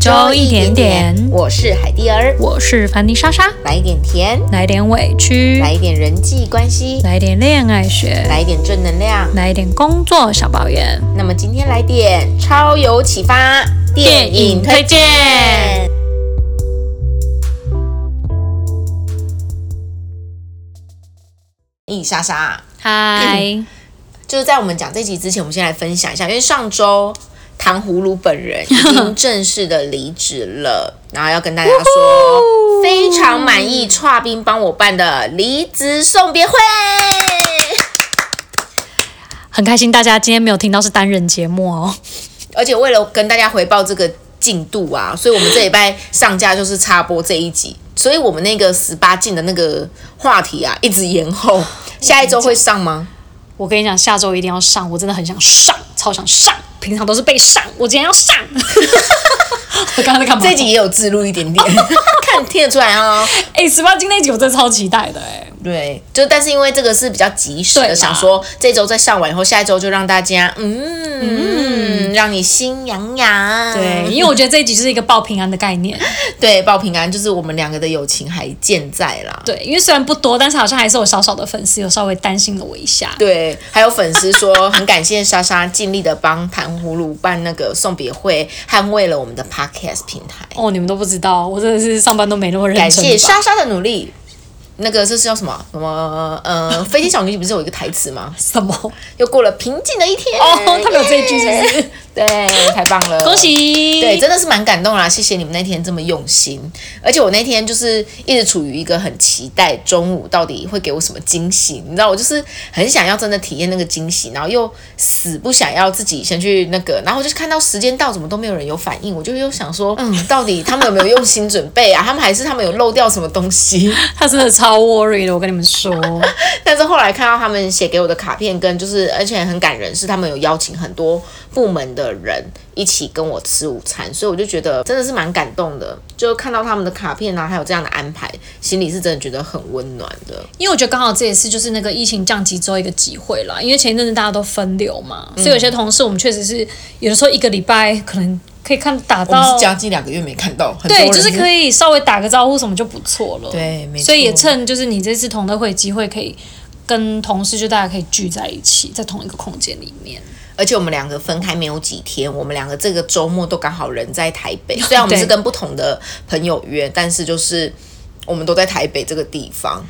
周一点点我是海蒂儿，我是凡妮莎莎，来一点甜，来点委屈，来一点人际关系，来点恋爱学，来一点正能量。来一点工作小抱怨。那么今天来点超有启发电影推荐。咦，莎莎，嗨，就是在我们讲这集之前，我们先来分享一下，因为上周糖葫芦本人嗯已经正式的离职了，然后要跟大家说，非常满意串冰帮我办的离职送别会。很开心大家今天没有听到是单人节目哦。而且为了跟大家回报这个进度啊，所以我们这礼拜上架就是插播这一集，所以我们那个十八禁的那个话题啊，一直延后，下一周会上吗？我跟你讲，下周一定要上，我真的很想上，超想上。平常都是被上，我今天要上。我 刚刚在干嘛？这一集也有自录一点点，看听得出来哦。哎，十八禁那一集我真的超期待的哎、对，就但是因为这个是比较及时对啦的，想说这周再上完以后，下一周就让大家嗯，让你心痒痒。对，因为我觉得这一集就是一个报平安的概念。对，报平安就是我们两个的友情还健在啦。对，因为虽然不多，但是好像还是有少少的粉丝有稍微担心了我一下。对，还有粉丝说很感谢莎莎尽力的帮糖葫芦办那个送别会，捍卫了我们的 podcast 平 台。哦，你们都不知道，我真的是上班都没那么认感真。谢莎莎的努力。那个这是叫什么什么呃，飞天小女警不是有一个台词吗？什么？又过了平静的一天哦，他们有这一句是不耶是？ 对，太棒了，恭！喜！对，真的是蛮感动啦，谢谢你们那天这么用心。而且我那天就是一直处于一个很期待中午到底会给我什么惊喜，你知道，我就是很想要真的体验那个惊喜，然后又死不想要自己先去那个，然后我就看到时间到，怎么都没有人有反应，我就又想说，嗯，到底他们有没有用心准备啊？他们还是他们有漏掉什么东西？他真的超 worry 的，我跟你 们说，但是后来看到他们写给我的卡片，跟就是而且很感人，是他们有邀请很多部门的人一起跟我吃午餐，所以我就觉得真的是蛮感动的。就看到他们的卡片啊，还有这样的安排，心里是真的觉得很温暖的。因为我觉得刚好这也是就是那个疫情降级之后一个机会啦，因为前一阵子大家都分流嘛，嗯所以有些同事我们确实是有的时候一个礼拜可能可以看打我们到是，将近两个月没看到，很多对，人就是可以稍微打个招呼什么就不错了，，对，没错。所以也趁就是你这次同乐会机会可以。跟同事就大家可以聚在一起，在同一个空间里面，而且我们两个分开没有几天，我们两个这个周末都刚好人在台 北，虽然我们是跟不同的朋友约，但是就是我们都在台北这个地方，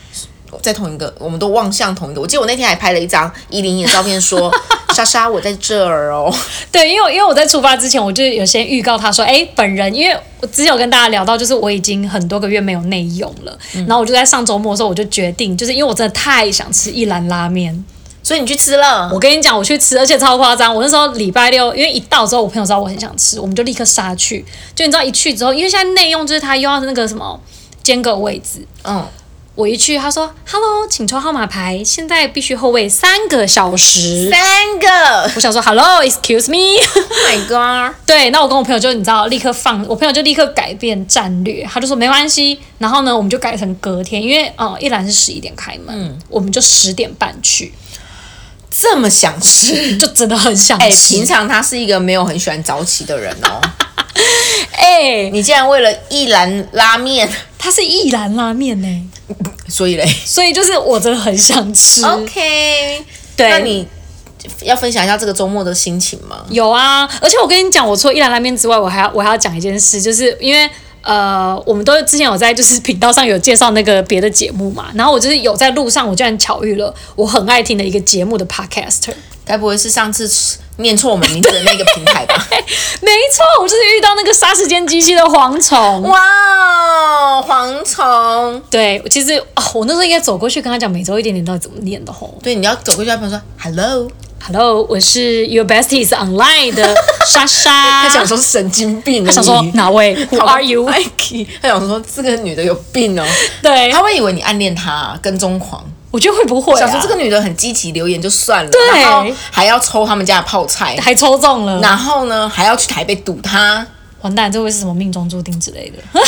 在同一个，我们都望向同一个。我记得我那天还拍了一张一零一的照片 说，莎莎我在这儿哦，对，因为我因为我在出发之前，我就有先预告他说，哎，本人，因为我之前有跟大家聊到，就是我已经很多个月没有内用了，然后我就在上周末的时候，我就决定，就是因为我真的太想吃一兰拉面，所以你去吃了我。跟你讲，我去吃，而且超夸张，我那时候礼拜六，因为一到之后，我朋友知道我很想吃，我们就立刻杀去，就你知道一去之后，因为现在内用就是他又要那个什么间隔位置，嗯，我一去，他说，Hello，请抽号码牌，现在必须后位三个小时。三个我想说，Hello，Excuse me。 ，Oh my god！对，那我跟我朋友就你知道，立刻放，我朋友就立刻改变战略，他就说没关系。然后呢，我们就改成隔天，因为呃，一兰是十一点开门，我们就十点半去，这么想吃。就真的很想哎、吃。平常他是一个没有很喜欢早起的人哦，哎、你竟然为了一兰拉面，它是一兰拉面呢、 所以嘞所以就是我真的很想吃。 ，OK，对那你要分享一下这个周末的心情吗？有啊，而且我跟你讲，我除了一兰拉面之外，我还要我还要讲一件事，就是因为。呃，我们都之前有在就是频道上有介绍那个别的节目嘛，然后我就是有在路上，我居然巧遇了我很爱听的一个节目的 podcaster，该不会是上次念错我们名字的那个平台 吧？没错，我就是遇到那个杀时间机器的蝗虫。哇哦，蝗虫！对，其实哦，我那时候应该走过去跟他讲每周一点点到底怎么念的吼。对，你要走过去，他朋友说 “hello”， Hello，我是 Your Besties Online 的莎 莎。他想说神经病，啊他想说哪 位？Who 好 are you？哎他想说这个女的有病哦，对，他会以为你暗恋他，跟踪狂。我觉得会不哎会、啊？想说这个女的很积极，留言就算了，对然后还要抽他们家的泡菜，还抽中了，然后呢还要去台北堵她。完蛋，这会是什么命中注定之类的？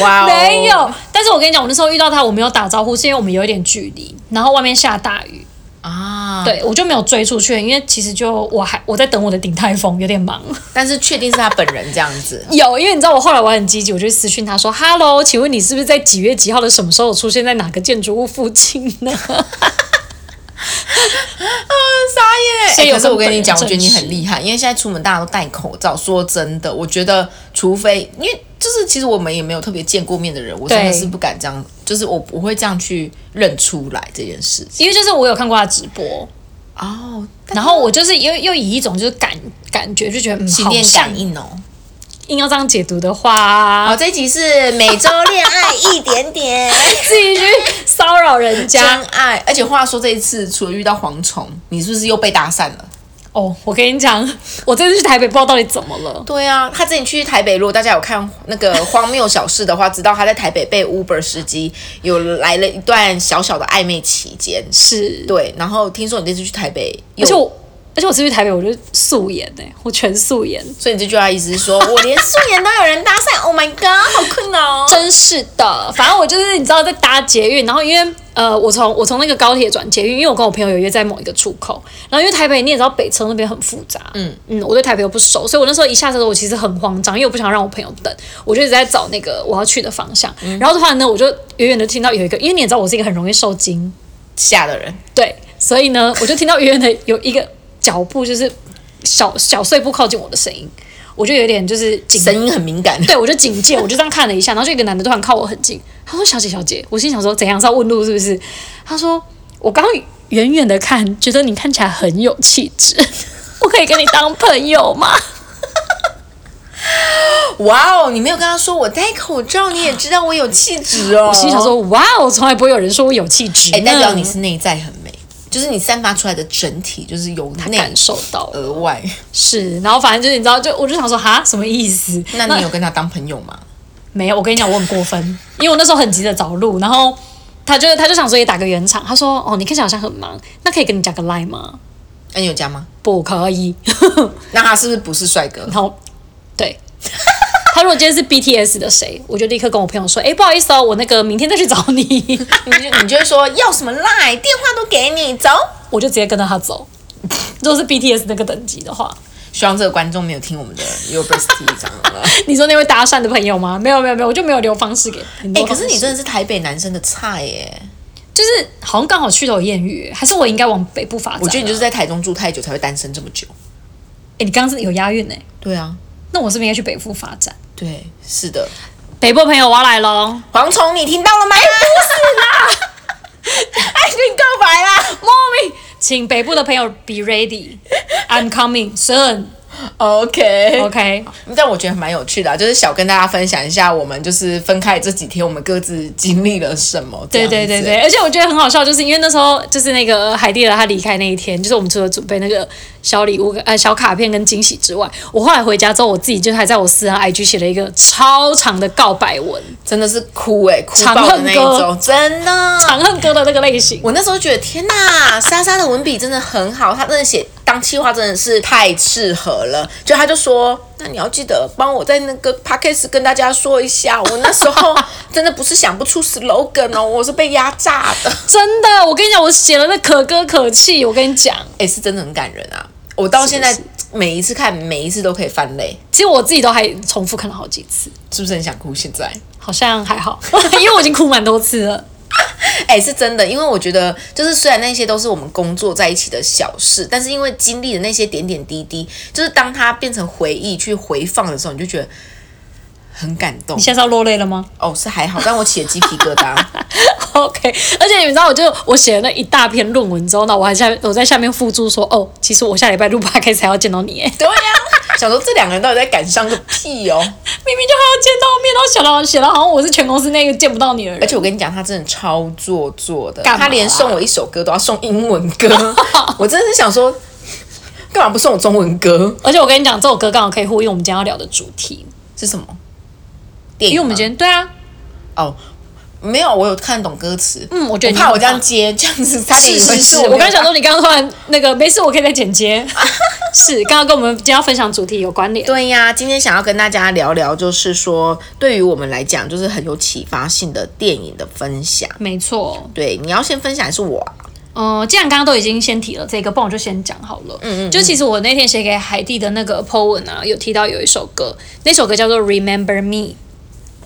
哇哦，没有。但是我跟你讲，我那时候遇到他，我没有打招呼，是因为我们有一点距离，然后外面下大雨。啊，对我就没有追出去，因为其实就我还我在等我的鼎泰丰，有点忙。。但是确定是他本人这样子有，因为你知道我后来我很积极，我就私讯他说：“Hello，请问你是不是在几月几号的什么时候出现在哪个建筑物附近呢傻眼所以欸有可是我跟跟你本讲，我人觉得你证实很厉害，因为现在出门大家都戴口罩。说真的，我觉得除非因为就是其实我们也没有特别见过面的人，我真的对是不敢这样，就是我不会这样去认出来这件事？”情。 因为就是我有看过他直播，哦，然后我就是又又以一种就是感感觉就觉得嗯，心好电像感应哦。硬要这样解读的话好，，这一集是每周恋爱一点 点，自己去骚扰人真家爱。而且话说，这一次除了遇到蝗虫，你是不是又被搭讪了？ 哦。我跟你讲，我这次去台北不知道到底怎么了。对啊，他之前去台北，如果大家有看那个荒谬小事的话，知道他在台北被 Uber 司机有来了一段小小的暧昧期间。是，对，然后听说你这次去台北有， 而且我而且我这次去台北我就素颜哎、我全素颜，所以你这句话意思是说我连素颜都有人搭讪，Oh my god，好困 哦。真是的，反正我就是你知道在搭捷运，然后因为呃，我从我从那个高铁转捷运，因为我跟我朋友有约在某一个出口，然后因为台北你也知道北车那边很复杂，嗯嗯，我对台北又不熟，所以我那时候一下车的时候我其实很慌张，因为我不想让我朋友等，我就一直在找那个我要去的方向，然后的话呢，我就远远的听到有一个，因为你也知道我是一个很容易受惊，吓的人，对，所以呢，我就听到远远的有一个脚步，就是小小碎步靠近我的声音，我就有点就是紧声音很敏感。对，我就警戒，我就这样看了一下，然后就一个男的突然靠我很近，他说：“小姐，小姐。”我心想说：“怎样是要问路是不是？”他说：“我刚刚远远的看，觉得你看起来很有气质，我可以跟你当朋友吗 哇哦，你没有跟他说我戴口罩，你也知道我有气质哦。？”我心想说：“哇，我从来不会有人说我有气质呢，哎、代表你是内在很美，就是你散发出来的整体就是由内感受到了而外。是。”然后反正就是你知道，就我就想说：“哈，什么意思？”那你有跟他当朋友吗？没有，我跟你讲，我很过分，因为我那时候很急着找路，然后他就他就想说也打个圆场，他说：“哦，你看起来好像很忙，那可以跟你加个 line 吗那、你有加吗？？”不可以。那他是不是不是帅哥？然后对， 他如果今天是 BTS 的谁，我就立刻跟我朋友说，哎、不好意思哦，我那个明天再去找你， 你就你就会说要什么赖，电话都给你，走。我就直接跟着他走。如果是 BTS 那个等级的话，希望这个观众没有听我们的 u b e r s t 讲 了。你说那位搭讪的朋友吗？没有没有没有，我就没有留方式给。哎哎、可是你真的是台北男生的菜耶！就是好像刚好去都有艳遇，还是我应该往北部发展？我觉得你就是哎、在台中住太久才会单身这么久。诶你刚刚是有押韵哎、对啊，那我是不是应该去北部发展？对，是的。北部的朋友我要来喽，蝗虫，你听到 了吗？不是啦，爱情告白啦！莫名，请北部的朋友 be ready，I'm coming soon。 OK， OK，但我觉得蛮有趣的、啊，就是小跟大家分享一下，我们就是分开这几天，我们各自经历了什么。对这对样子对对，，而且我觉得很好笑，就是因为那时候就是那个海蒂的他离开那一天，就是我们除了准备那个小礼物、呃小卡片跟惊喜之外，我后来回家之后，我自己就还在我私人 IG 写了一个超长的告白文，真的是哭哎、哭长爆的恨那一歌种，真的。长恨歌的那个类型。我那时候觉得天呐，莎莎的文笔真的很好，她真的写当企划真的是太适合了。就她就说，那你要记得帮我在那个 podcast 跟大家说一下，我那时 候真的不是想不出 slogan 哦，我是被压榨 的。真的，我跟你讲，我写了那可歌可泣，我跟你讲，哎、是真的很感人啊！我到现在是每一次看，每一次都可以翻泪，其实我自己都还重复看了好几次，是不是很想哭？现在？好像还好， 因为我已经哭蛮多次了。哎、是真的，因为我觉得，就是虽然那些都是我们工作在一起的小事，但是因为经历的那些点点滴滴，就是当它变成回忆去回放的时候，你就觉得很感动你。现在是要落泪了吗？哦，是还好，但我起了鸡皮疙瘩。 OK，而且你们知道，我就我写了那一大篇论文之后呢，我还下我在下面附注说，哦，其实我下礼拜录 p o d 才要见到你，哎对呀、想说这两个人到底在感伤个屁哦！ 明明就还要见到面，然后写到写到好像我是全公司那个见不到你的而人，且我跟你讲，他真的超做作的，干嘛他啊连送我一首歌都要送英文 歌，我真的是想说，干嘛不送我中文歌？而且我跟你讲，这首歌刚好可以呼应我们今天要聊的主题，是什么？电因影吗？为我们今天对啊，哦，没有，我有看懂歌词。嗯我觉得你怕我很这样棒接，这样子他们以啊是为是是，我我刚才没有想说你刚刚突然那个没事，我可以再剪接， 是刚刚跟我们今天要分享主题有关联，对呀，今天想要跟大家聊聊，就是说对于我们来讲，就是很有启发性的电影的分享。没错，对，你要先分享还是我啊？嗯，既然刚刚都已经先提了这个，不然我就先讲好了。嗯嗯，就其实我那天写给海蒂的那个 po 文啊，有提到有一首歌，那首歌叫做《Remember Me》。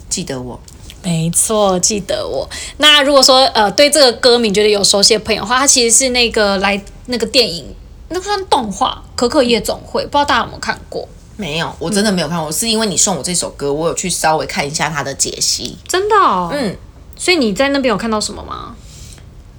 记得我，没错，记得我。那如果说呃对这个歌名觉得有熟悉的朋友的话，它其实是那个来那个电影，那个算动画《可可夜总会》，不知道大家有没有看过？没有，我真的没有看过，是因为你送我这首歌，我有去稍微看一下它的解析。真的、哦？嗯。所以你在那边有看到什么吗？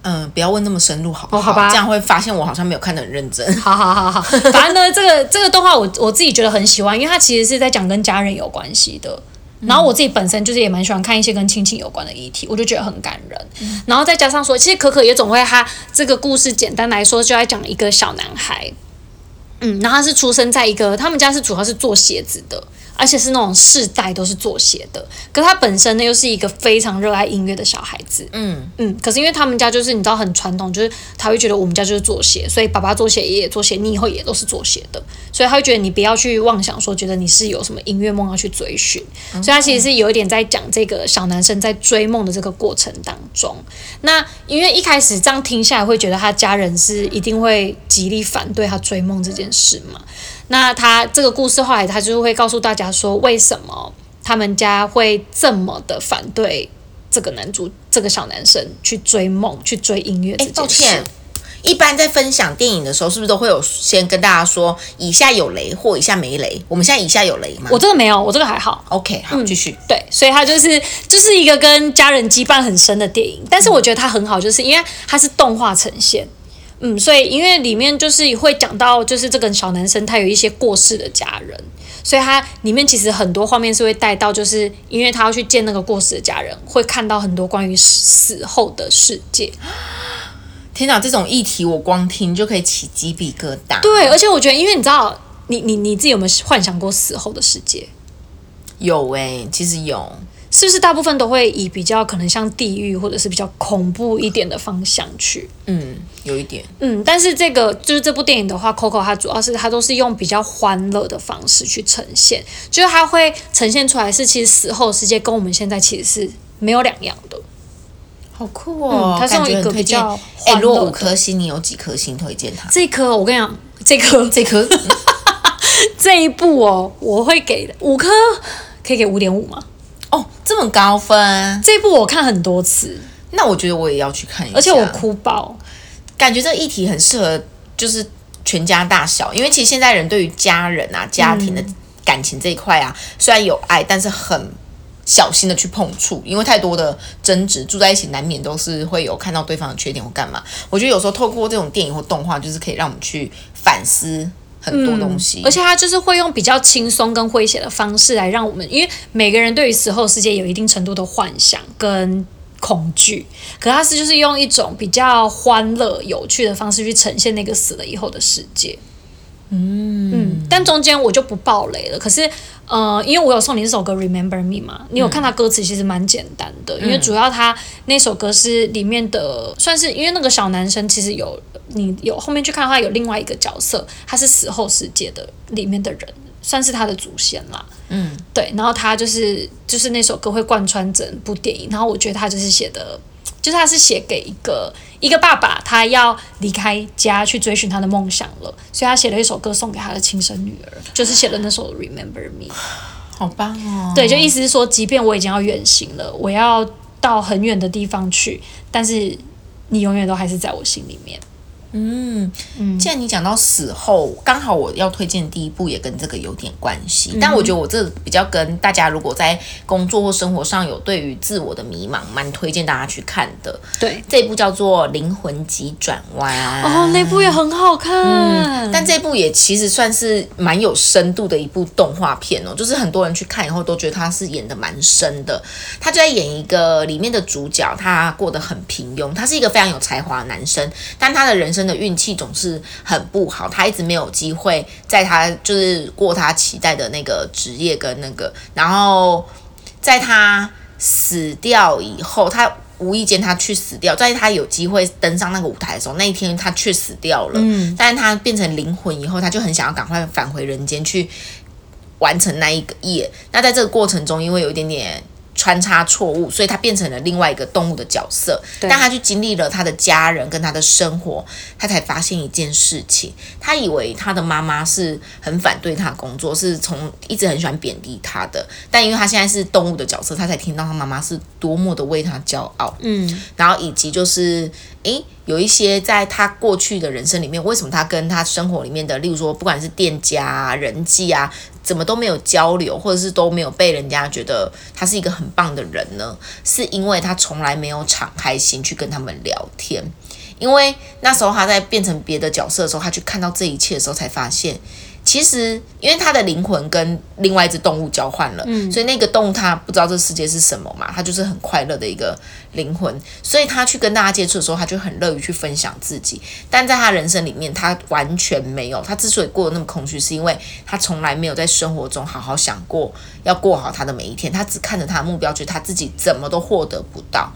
嗯，不要问那么深入，好不哦好吧这样会发现我好像没有看得很认真。 好好好好，反正呢，这个这个动画我我自己觉得很喜欢，因为它其实是在讲跟家人有关系的。然后我自己本身就是也蛮喜欢看一些跟亲情有关的议题，我就觉得很感人。然后再加上说，其实可可也总会他这个故事简单来说，就在讲一个小男孩，嗯，然后他是出生在一个他们家是主要是做鞋子的，而且是那种世代都是做鞋的。可他本身呢又是一个非常热爱音乐的小孩子，嗯嗯，可是因为他们家就是你知道很传统，就是他会觉得我们家就是做鞋，所以爸爸做鞋，爷爷做鞋，你以后也都是做鞋的，所以他会觉得你不要去妄想说觉得你是有什么音乐梦要去追寻，所以他其实是有一点在讲这个小男生在追梦的这个过程当中。那因为一开始这样听下来，会觉得他家人是一定会极力反对他追梦这件事嘛。那他这个故事后来他就会告诉大家说，为什么他们家会这么的反对这个男主这个小男生去追梦、去追音乐这哎，抱件歉事。。一般在分享电影的时候，是不是都会有先跟大家说以下有雷或以下没雷？我们现在以下有雷吗？我这个没有，我这个还好。 OK，好，继续。对，所以它就是就是一个跟家人羁绊很深的电影，但是我觉得它很好，就是因为它是动画呈现。嗯，所以因为里面就是会讲到，就是这个小男生他有一些过世的家人，所以他里面其实很多画面是会带到，就是因为他要去见那个过世的家人，会看到很多关于死后的世界。天哪，这种议题我光听就可以起鸡皮疙瘩。对，而且我觉得，因为你知道，你你你自己有没有幻想过死后的世界？有哎、其实有。是不是大部分都会以比较可能像地狱或者是比较恐怖一点的方向去？嗯，有一点。嗯，但是这个就是这部电影的话，Coco 它主要是它都是用比较欢乐的方式去呈现，就是它会呈现出来是其实死后的世界跟我们现在其实是没有两样的。好酷哦！嗯它是用感觉一个很推比较荐哎、欢如果乐五的颗星，你有几颗星推荐它？这颗我跟你讲，这颗这颗 这一部哦，我会给五颗，可以给五点五吗？哦，这么高分，这一部我看很多次，那我觉得我也要去看一下。而且啊我哭爆。感觉这个议题很适合就是全家大小，因为其实现在人对于家人啊、家庭的感情这一块啊，虽然有爱，但是很小心的去碰触，因为太多的争执，住在一起难免都是会有看到对方的缺点或干嘛。我觉得有时候透过这种电影或动画，就是可以让我们去反思很多东西，嗯而且他就是会用比较轻松跟诙谐的方式来让我们，因为每个人对于死后世界有一定程度的幻想跟恐惧，可他是就是用一种比较欢乐、有趣的方式去呈现那个死了以后的世界。嗯但中间我就不爆雷了。可是，呃，因为我有送你这首歌《Remember Me》嘛，你有看它歌词其实蛮简单的，因为主要它那首歌是里面的，算是因为那个小男生其实有你有后面去看的话，有另外一个角色，他是死后世界的里面的人，算是他的祖先啦。嗯，对，然后他就是就是那首歌会贯穿整部电影，然后我觉得他就是写的，就是他是写给一个一个爸爸，他要离开家去追寻他的梦想了，所以他写了一首歌送给他的亲生女儿，就是写了那首《Remember Me》。好棒哦！对，就意思是说，即便我已经要远行了，我要到很远的地方去，但是你永远都还是在我心里面。既然你讲到死后，刚好我要推荐的第一部也跟这个有点关系，但我觉得我这比较跟大家如果在工作或生活上有对于自我的迷茫，蛮推荐大家去看的。对，这一部叫做《灵魂急转弯》哦，那部也很好看。嗯但这部也其实算是蛮有深度的一部动画片哦，就是很多人去看以后都觉得他是演的蛮深的。他就在演一个里面的主角，他过得很平庸，他是一个非常有才华的男生，但他的人生的运气总是很不好，他一直没有机会在他就是过他期待的那个职业跟那个，然后在他死掉以后，他无意间他去死掉，在他有机会登上那个舞台的时候，那一天他却死掉了。嗯，但是他变成灵魂以后，他就很想要赶快返回人间去完成那一个夜。那在这个过程中，因为有一点点穿插错误，所以他变成了另外一个动物的角色。对但他去经历了他的家人跟他的生活，他才发现一件事情：他以为他的妈妈是很反对他的工作，是从一直很喜欢贬低他的。但因为他现在是动物的角色，他才听到他妈妈是多么的为他骄傲。嗯，然后以及就是，诶，有一些在他过去的人生里面，为什么他跟他生活里面的，例如说不管是店家啊、人际啊，怎么都没有交流，或者是都没有被人家觉得他是一个很棒的人呢？是因为他从来没有敞开心去跟他们聊天。因为那时候他在变成别的角色的时候，他去看到这一切的时候，才发现。其实，因为他的灵魂跟另外一只动物交换了，所以那个动物它不知道这世界是什么嘛，它就是很快乐的一个灵魂，所以他去跟大家接触的时候，他就很乐于去分享自己。但在他人生里面，他完全没有。他之所以过得那么空虚，是因为他从来没有在生活中好好想过要过好他的每一天。他只看着他的目标，觉得他自己怎么都获得不到。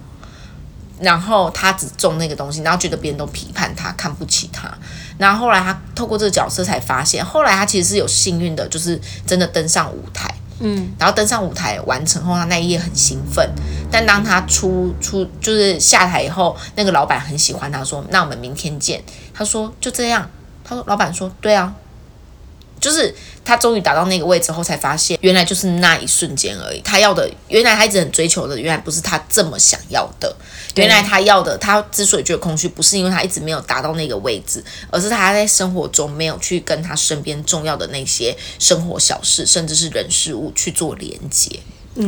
然后他只中那个东西，然后觉得别人都批判他，看不起他。然后后来他透过这个角色才发现，后来他其实是有幸运的，就是真的登上舞台。嗯，然后登上舞台完成后，他那一夜很兴奋。但当他出出就是下台以后，那个老板很喜欢他说，那我们明天见。他说就这样。他说老板说对啊，就是他终于达到那个位置后，才发现原来就是那一瞬间而已。他要的原来他一直很追求的，原来不是他这么想要的。对原来他要的，他之所以觉得空虚，不是因为他一直没有达到那个位置，而是他在生活中没有去跟他身边重要的那些生活小事，甚至是人事物去做连接。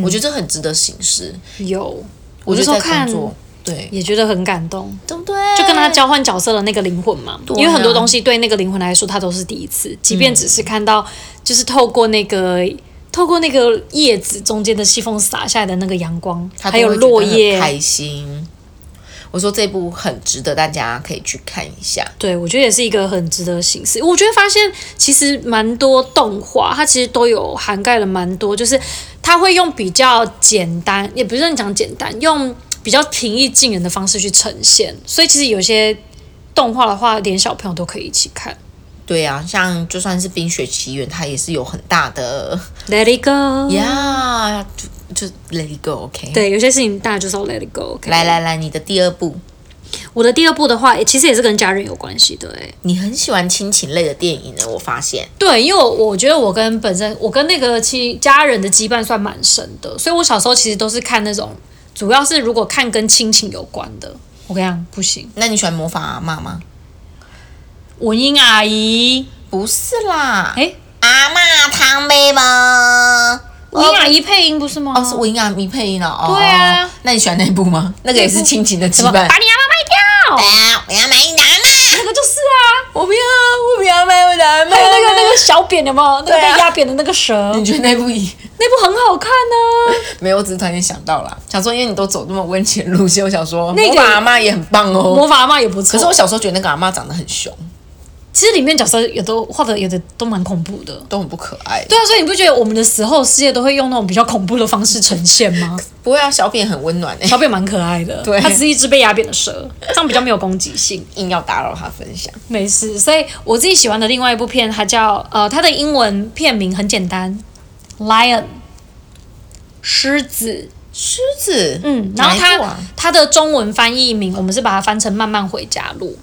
我觉得这很值得醒思。有，我我觉那得时候在工看作，对也觉得很感动，对不对？就跟他交换角色的那个灵魂嘛，对啊嗯因为很多东西对那个灵魂来说，他都是第一次，即便只是看到，就是透过那个。透过那个叶子中间的细缝洒下来的那个阳光，他还都有会觉得落很叶，开心。我说这部很值得大家可以去看一下。对，我觉得也是一个很值得醒思。我觉得发现其实蛮多动画，它其实都有涵盖了蛮多，就是它会用比较简单，也不是讲简单，用比较平易近人的方式去呈现。所以其实有些动画的话，连小朋友都可以一起看。对啊，像就算是《冰雪奇缘》，它也是有很大的 Let it 嗯 go，、呀就就 Let It Go，OK、对，有些事情大家就是要 let it go、OK。来，来来，你的第二部，我的第二部的话，也其实也是跟家人有关系的、欸，你很喜欢亲情类的电影呢，我发现。对，因为我我觉得我跟本身我跟那个亲家人的羁绊算蛮深的，所以我小时候其实都是看那种，主要是如果看跟亲情有关的，我跟你讲不行，那你喜欢魔法阿妈吗？文英阿姨，不是啦，哎，阿妈汤杯吗？文英阿姨配音不是吗？哦，是文雅米配音了哦。对啊哦那你喜欢那一部吗？那个也是亲情的羁什么把绊。你阿妈卖掉，啊！我要买你的阿妈，那个就是啊，我不要，我不要买我的阿妈。哎还有那个那个小扁有没有？那个对啊嗯被压扁的那个蛇，你觉得那部也那部很好看啊 呢、没有？我只是突然间想到啦，想说因为你都走这么温情路线，我想说那个魔法阿妈也很棒哦。魔法阿妈也不可错。是我小时候觉得那个阿妈长得很凶，其实里面角色有的画的有的都蛮恐怖的。都很不可爱。对啊，所以你不觉得我们的死后世界都会用那种比较恐怖的方式呈现吗？不会啊，小扁很温暖诶、 欸小扁蛮可爱的，对它只是一只被压扁的蛇，这样比较没有攻击性，硬要打扰他分享。没事。所以我自己喜欢的另外一部片，它叫呃，它的英文片名很简单，Lion，狮子。狮子，嗯，然后它、哪一部啊它的中文翻译名，我们是把它翻成《慢慢回家路》。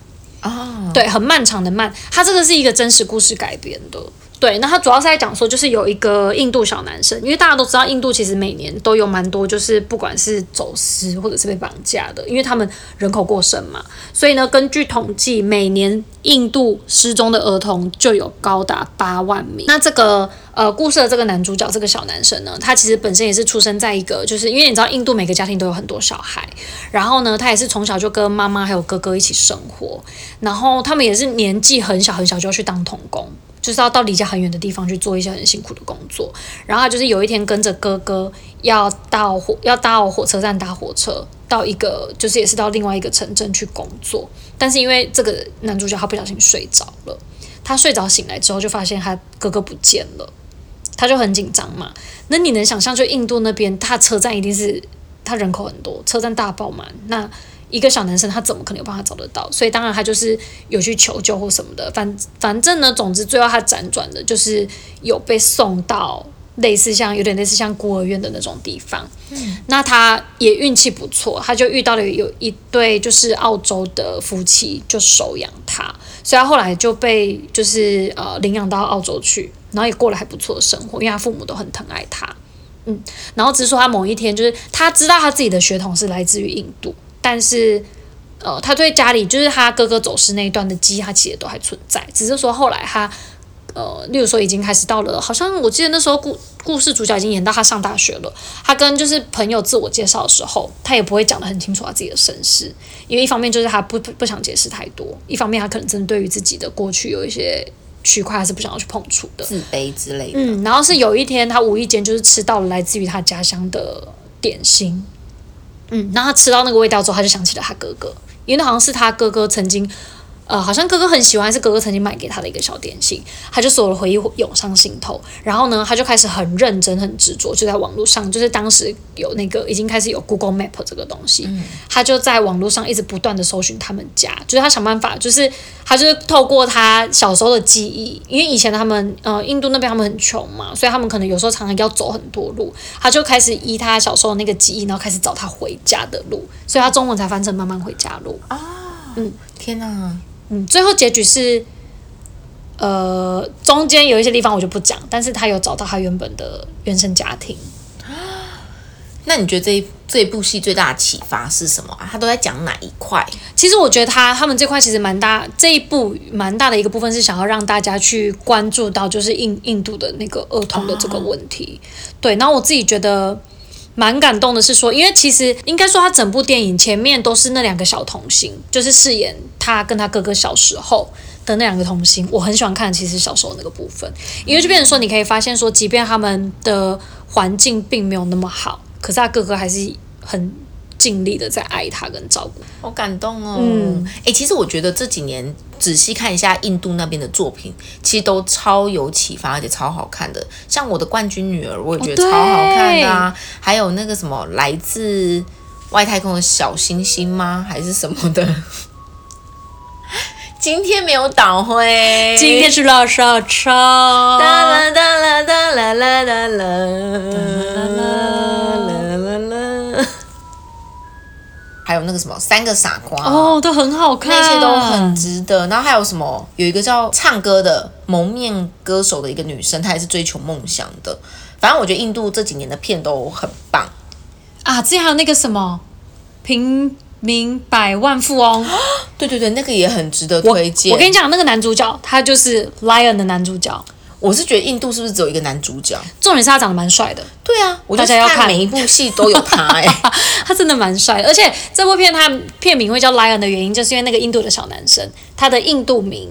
啊，对，很漫长的漫，它这个是一个真实故事改编的。对，那它主要是在讲说，就是有一个印度小男生，因为大家都知道，印度其实每年都有蛮多，就是不管是走私或者是被绑架的，因为他们人口过剩嘛，所以呢，根据统计，每年印度失踪的儿童就有高达八万名。那这个呃，故事的这个男主角，这个小男生呢，他其实本身也是出生在一个，就是因为你知道，印度每个家庭都有很多小孩，然后呢，他也是从小就跟妈妈还有哥哥一起生活，然后他们也是年纪很小很小就要去当童工，就是要到离家很远的地方去做一些很辛苦的工作。然后他就是有一天跟着哥哥要到火要到火车站搭火车，到一个就是也是到另外一个城镇去工作。但是因为这个男主角他不小心睡着了，他睡着醒来之后就发现他哥哥不见了，他就很紧张嘛。那你能想象，就印度那边，他车站一定是他人口很多，车站大爆满，那一个小男生他怎么可能有办法找得到？所以当然他就是有去求救或什么的，反反正呢，总之最后他辗转的就是有被送到类似像有点类似像孤儿院的那种地方。那他也运气不错，他就遇到了有一对就是澳洲的夫妻，就收养他，所以他后来就被就是呃领养到澳洲去，然后也过了还不错的生活，因为他父母都很疼爱他。嗯，然后只是说他某一天就是他知道他自己的血统是来自于印度，但是呃，他对家里就是他哥哥走失那一段的记忆，他其实都还存在，只是说后来他呃，例如说已经开始到了，好像我记得那时候故故事主角已经演到他上大学了，他跟就是朋友自我介绍的时候，他也不会讲得很清楚他自己的身世，因为一方面就是他不不不想解释太多，一方面他可能针对于自己的过去有一些区块，他是不想要去碰触的。自卑之类的。嗯，然后是有一天他无意间就是吃到了来自于他家乡的点心，嗯，然后他吃到那个味道之后，他就想起了他哥哥，因为那好像是他哥哥曾经。呃，好像哥哥很喜欢，还是哥哥曾经买给他的一个小点心，他就所有的回忆涌上心头。然后呢，他就开始很认真、很执着，就在网络上，就是当时有那个已经开始有 Google Map 这个东西，他就在网络上一直不断的搜寻他们家，就是他想办法，就是他就是透过他小时候的记忆，因为以前他们呃印度那边他们很穷嘛，所以他们可能有时候常常要走很多路，他就开始依他小时候的那个记忆，然后开始找他回家的路，所以他中文才翻成慢慢回家路。天啊哪，嗯，最后结局是，呃，中间有一些地方我就不讲，但是他有找到他原本的原生家庭。那你觉得这一这一部戏最大的启发是什么啊？他都在讲哪一块？其实我觉得他他们这块其实蛮大，这一部蛮大的一个部分是想要让大家去关注到，就是印印度的那个儿童的这个问题。对，然后我自己觉得蛮感动的是说，因为其实应该说他整部电影前面都是那两个小童星，就是饰演他跟他哥哥小时候。的那两个童星，我很喜欢看，其实小时候那个部分，因为就变成说，你可以发现说，即便他们的环境并没有那么好，可是他哥哥还是很尽力的在爱他跟照顾。好感动哦。嗯，哎、其实我觉得这几年仔细看一下印度那边的作品，其实都超有启发，而且超好看的。像我的冠军女儿，我也觉得哦对超好看的啊。还有那个什么来自外太空的小星星吗？还是什么的？今天没有倒灰，今天是老少超，哒啦哒啦哒啦啦啦啦啦啦啦。还有那个什么三个傻瓜，哦，都很好看，那些都很值得。然后还有什么？有一个叫唱歌的蒙面歌手的一个女生，她也是追求梦想的。反正我觉得印度这几年的片都很棒。啊！之前还有那个什么平民百万富翁，对对对，那个也很值得推荐。我跟你讲，那个男主角他就是《Lion》的男主角，我是觉得印度是不是只有一个男主角？重点是他长得蛮帅的。对啊，我就大是家要看每一部戏都有他哎、 他真的蛮帅的，而且这部片他片名会叫《Lion》的原因，就是因为那个印度的小男生，他的印度名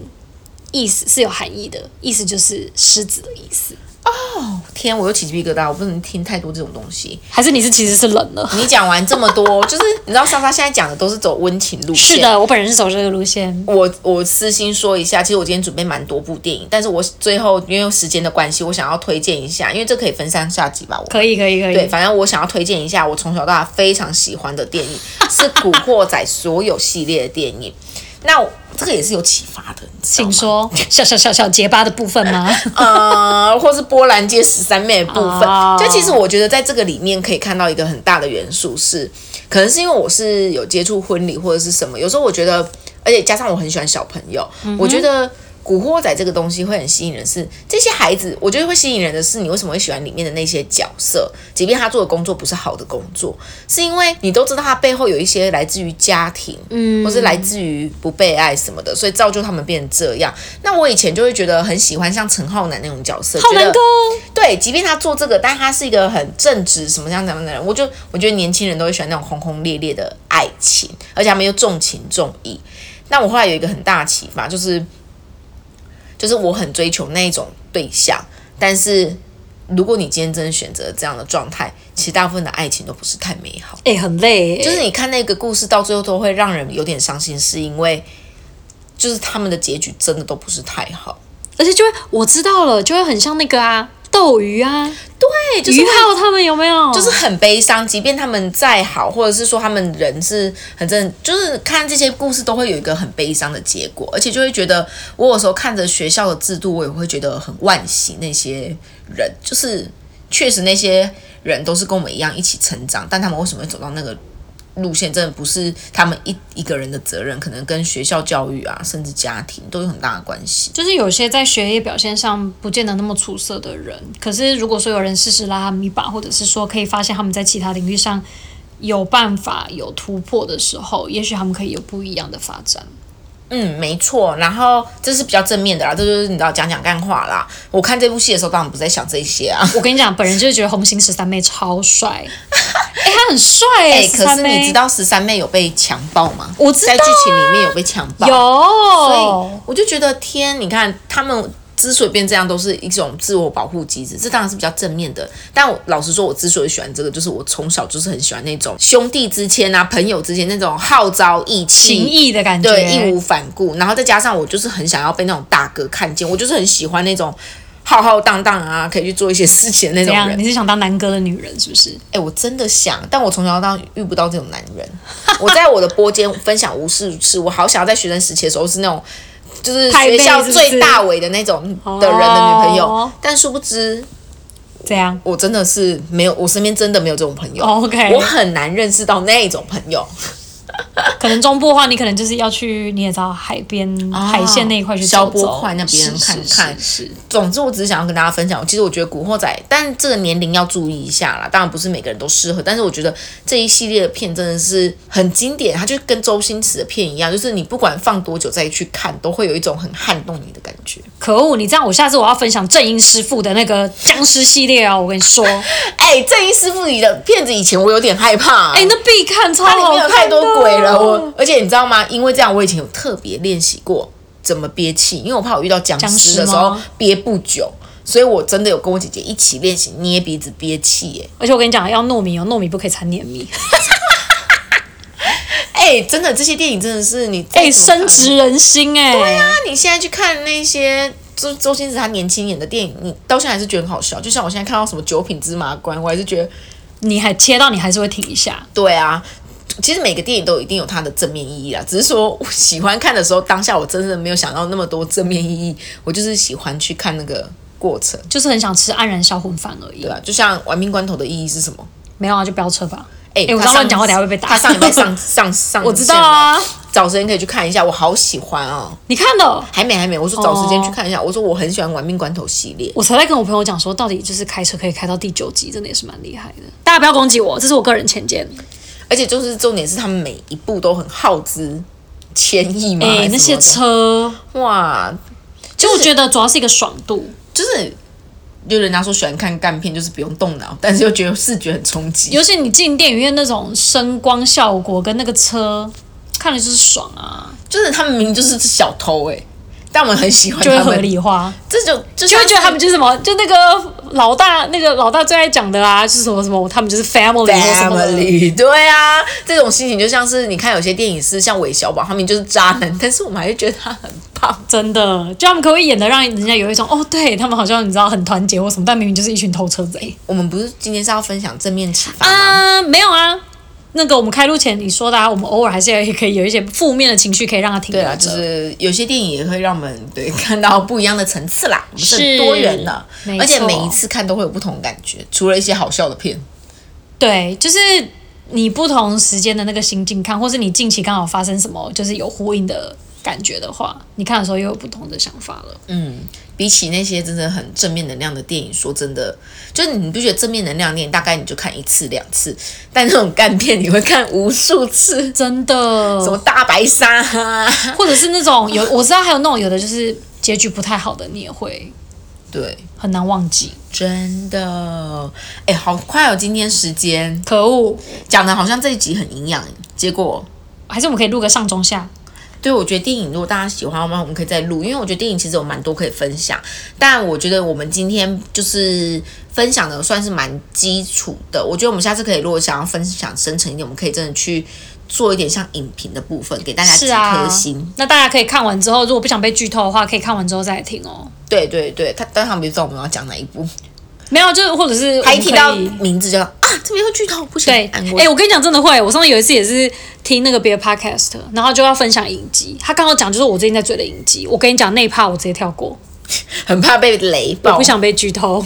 意思是有含义的，意思就是狮子的意思。天，我又起鸡皮疙瘩，我不能听太多这种东西。还是你是其实是冷了？你讲完这么多，就是你知道莎莎现在讲的都是走温情路线。是的，我本人是走这个路线。我我私心说一下，其实我今天准备蛮多部电影，但是我最后因为时间的关系，我想要推荐一下，因为这可以分上下集吧。我可以，可以，可以。对，反正我想要推荐一下我从小到大非常喜欢的电影，是《古惑仔》所有系列的电影。那我这个也是有启发的，你知道请吗？说小小小小结巴的部分 吗？呃，或是波兰街十三妹的部分。哦就其实我觉得在这个里面可以看到一个很大的元素是，可能是因为我是有接触婚礼或者是什么，有时候我觉得，而且加上我很喜欢小朋友，我觉得。古惑仔这个东西会很吸引人是，这些孩子，我觉得会吸引人的是，你为什么会喜欢里面的那些角色？即便他做的工作不是好的工作，是因为你都知道他背后有一些来自于家庭，嗯，或是来自于不被爱什么的，所以造就他们变成这样。那我以前就会觉得很喜欢像陈浩南那种角色，浩觉南得哥，对，即便他做这个，但他是一个很正直什么样怎么样的人，我就我觉得年轻人都会喜欢那种轰轰烈烈的爱情，而且他们又重情重义。那我后来有一个很大的启发，就是就是我很追求那一种对象，但是如果你今天真的选择这样的状态，其实大部分的爱情都不是太美好。哎、很累、欸，就是你看那个故事到最后都会让人有点伤心，是因为就是他们的结局真的都不是太好。而且就会我知道了，就会很像那个啊，斗鱼啊，对，就是于会浩他们有没有？就是很悲伤，即便他们再好，或者是说他们人是很正，就是看这些故事都会有一个很悲伤的结果，而且就会觉得，我有时候看着学校的制度，我也会觉得很惋惜那些人，就是确实那些人都是跟我们一样一起成长，但他们为什么会走到那个路线，真的不是他们一一个人的责任，可能跟学校教育啊，甚至家庭都有很大的关系。就是有些在学业表现上不见得那么出色的人，可是如果说有人适时拉他们一把，或者是说可以发现他们在其他领域上有办法有突破的时候，也许他们可以有不一样的发展。嗯，没错。然后这是比较正面的啦，这就是你知道讲讲干话啦。我看这部戏的时候，当然不在想这些啊。我跟你讲，本人就是觉得红星十三妹超帅， 哎、他很帅 哎、哎、可是你知13妹道十三妹有被强暴吗？我知道啊在剧情里面有被强暴，所以有，我就觉得天，你看他们之所以变这样，都是一种自我保护机制，这当然是比较正面的。但我老实说，我之所以喜欢这个，就是我从小就是很喜欢那种兄弟之间啊、朋友之间那种号召义气、情谊的感觉，对，义无反顾。然后再加上我就是很想要被那种大哥看见，我就是很喜欢那种浩浩荡荡啊，可以去做一些事情的那怎种样？人。你是想当南哥的女人是不是？哎、我真的想，但我从小到大遇不到这种男人。 我在我的播间分享无数次，我好想要在学生时期的时候是那种。就是太妹学校是不是最大尾的那种的人的女朋友，哦但殊不知怎样哦我真的是没有，我身边真的没有这种朋友。 ？OK，我很难认识到那种朋友，可能中部的话，你可能就是要去，你也知道海边、海线那一块去啊消走走波块那边是看看是是是总之，我只是想要跟大家分享，其实我觉得《古惑仔》，但这个年龄要注意一下啦。当然不是每个人都适合，但是我觉得这一系列的片真的是很经典，它就跟周星驰的片一样，就是你不管放多久再去看，都会有一种很撼动你的感觉。可恶！你这样，我下次我要分享正音师傅的那个僵尸系列哦。我跟你 说，哎、哎，正义师傅里的片子以前我有点害怕、那必看超它里好哦面看有的太多鬼了。我而且你知道吗？因为这样，我以前有特别练习过怎么憋气，因为我怕我遇到僵尸的时僵尸候吗憋不久，所以我真的有跟我姐姐一起练习捏鼻子憋气、耶。而且我跟你讲，要糯米哦，糯米不可以掺黏米。哎、真的，这些电影真的是你再怎哎、么深看植人心哎、对啊，你现在去看那些周周星驰他年轻演的电影，你到现在还是觉得很好笑。就像我现在看到什么《九品芝麻官》，我还是觉得你还切到，你还是会停一下。对啊。其实每个电影都有一定有它的正面意义啦，只是说我喜欢看的时候，当下我真的没有想到那么多正面意义，我就是喜欢去看那个过程，就是很想吃黯然销魂饭而已对。啊吧、就像《玩命关头》的意义是什么？没有啊，就飙车吧。哎、哎我他这样上乱讲话等下会被打他上礼拜上上上，我知道，啊，找时间可以去看一下，我好喜欢哦。你看了。还没还没，我说找时间哦去看一下。我说我很喜欢《玩命关头》系列，我才在跟我朋友讲说，到底就是开车可以开到第九集，真的也是蛮厉害的。大家不要攻击我，这是我个人浅见。而且就是重点是他们每一部都很耗资千亿嘛，哎、还是那些什车，么的哇，就我觉得主要是一个爽度，就是有人家说喜欢看干片，就是不用动脑，但是又觉得视觉很冲击。尤其你进电影院那种声光效果跟那个车，看了就是爽啊，就是他们明明就是小偷哎、但我们很喜欢就会他合们，理化，这就就就像会觉得是他们就是什么，就那个老大那个老大最爱讲的啊，就是什么什么，他们就是 family 或什么的。 family，对啊，这种心情就像是你看有些电影是像韦小宝，他们就是渣男，但是我们还是觉得他很棒。真的，就他们可不可以演的让人家有一种哦，对他们好像你知道很团结或什么，但明明就是一群偷车贼我们不是今天是要分享正面启发吗？啊！没有啊，那个我们开录前你说的、啊，我们偶尔还是也可以有一些负面的情绪，可以让它停留对着。啊，就是有些电影也会让我们对看到不一样的层次 啦，我们是是很多元的没，错而且每一次看都会有不同的感觉，除了一些好笑的片。对，就是你不同时间的那个心境看，或是你近期刚好发生什么，就是有呼应的感觉的话，你看的时候又有不同的想法了。嗯，比起那些真的很正面能量的电影，说真的，就是你不觉得正面能量电影大概你就看一次两次，但那种干片你会看无数次，真什么的，大白鲨、啊， 或者是那种有我知道还有那种有的就是结局不太好的，你也会对，很难忘记。真的，哎，好快哦，今天时间可恶，讲的好像这一集很营养，结果还是我们可以录个上中下。对，我觉得电影如果大家喜欢的话，我们可以再录，因为我觉得电影其实有蛮多可以分享。但我觉得我们今天就是分享的算是蛮基础的。我觉得我们下次可以，如果想要分享深层一点，我们可以真的去做一点像影评的部分，给大家几是啊颗星。，那大家可以看完之后，如果不想被剧透的话，可以看完之后再来听哦。对对对，他但他们不知道我们要讲哪一 部，没有，就是或者是他一我们提可到以名字就啊，这边有剧透，不行，对，安哎、慰。我跟你讲，真的会。我上次有一次也是听那个别的 podcast，然后就要分享影集，他刚好讲就是我最近在追的影集。我跟你讲那一趴我直接跳过，很怕被雷我爆 不。想被剧透。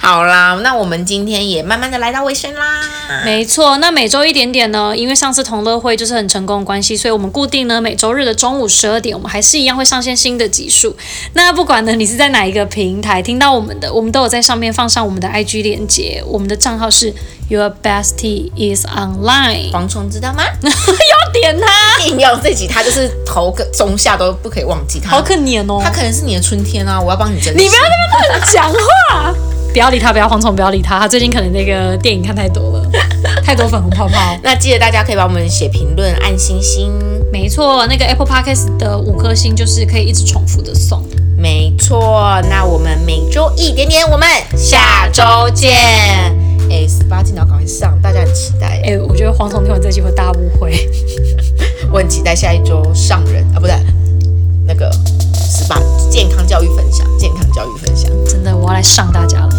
好啦，那我们今天也慢慢的来到尾声啦。没错，那每周一点点呢，因为上次同乐会就是很成功的关系，所以我们固定呢每周日的中午十二点，我们还是一样会上线新的集数。那不管呢你是在哪一个平台听到我们的，我们都有在上面放上我们的 IG 链接，我们的账号是 Your Bestie is Online。蝗虫知道吗？要 点它，硬要这集，它就是头跟中下都不可以忘记它。好可怜哦它！可能是你的春天啊！我要帮你争取。你不要在那边乱讲话， 不要理他，不要蝗虫，不要理他，他最近可能那个电影看太多 了，太多粉红泡泡。那记得大家可以帮我们写评论、按星星。没错，那个 Apple Podcast 的五颗星就是可以一直重复的送。没错，那我们每周一点点，我们下周见。哎，十八禁要赶快上，大家很期待。哎、我觉得黄总听完这期会大误会。我很期待下一周上人啊，不对，那个十八健康教育分享，健康教育分享。真的，我要来上大家了。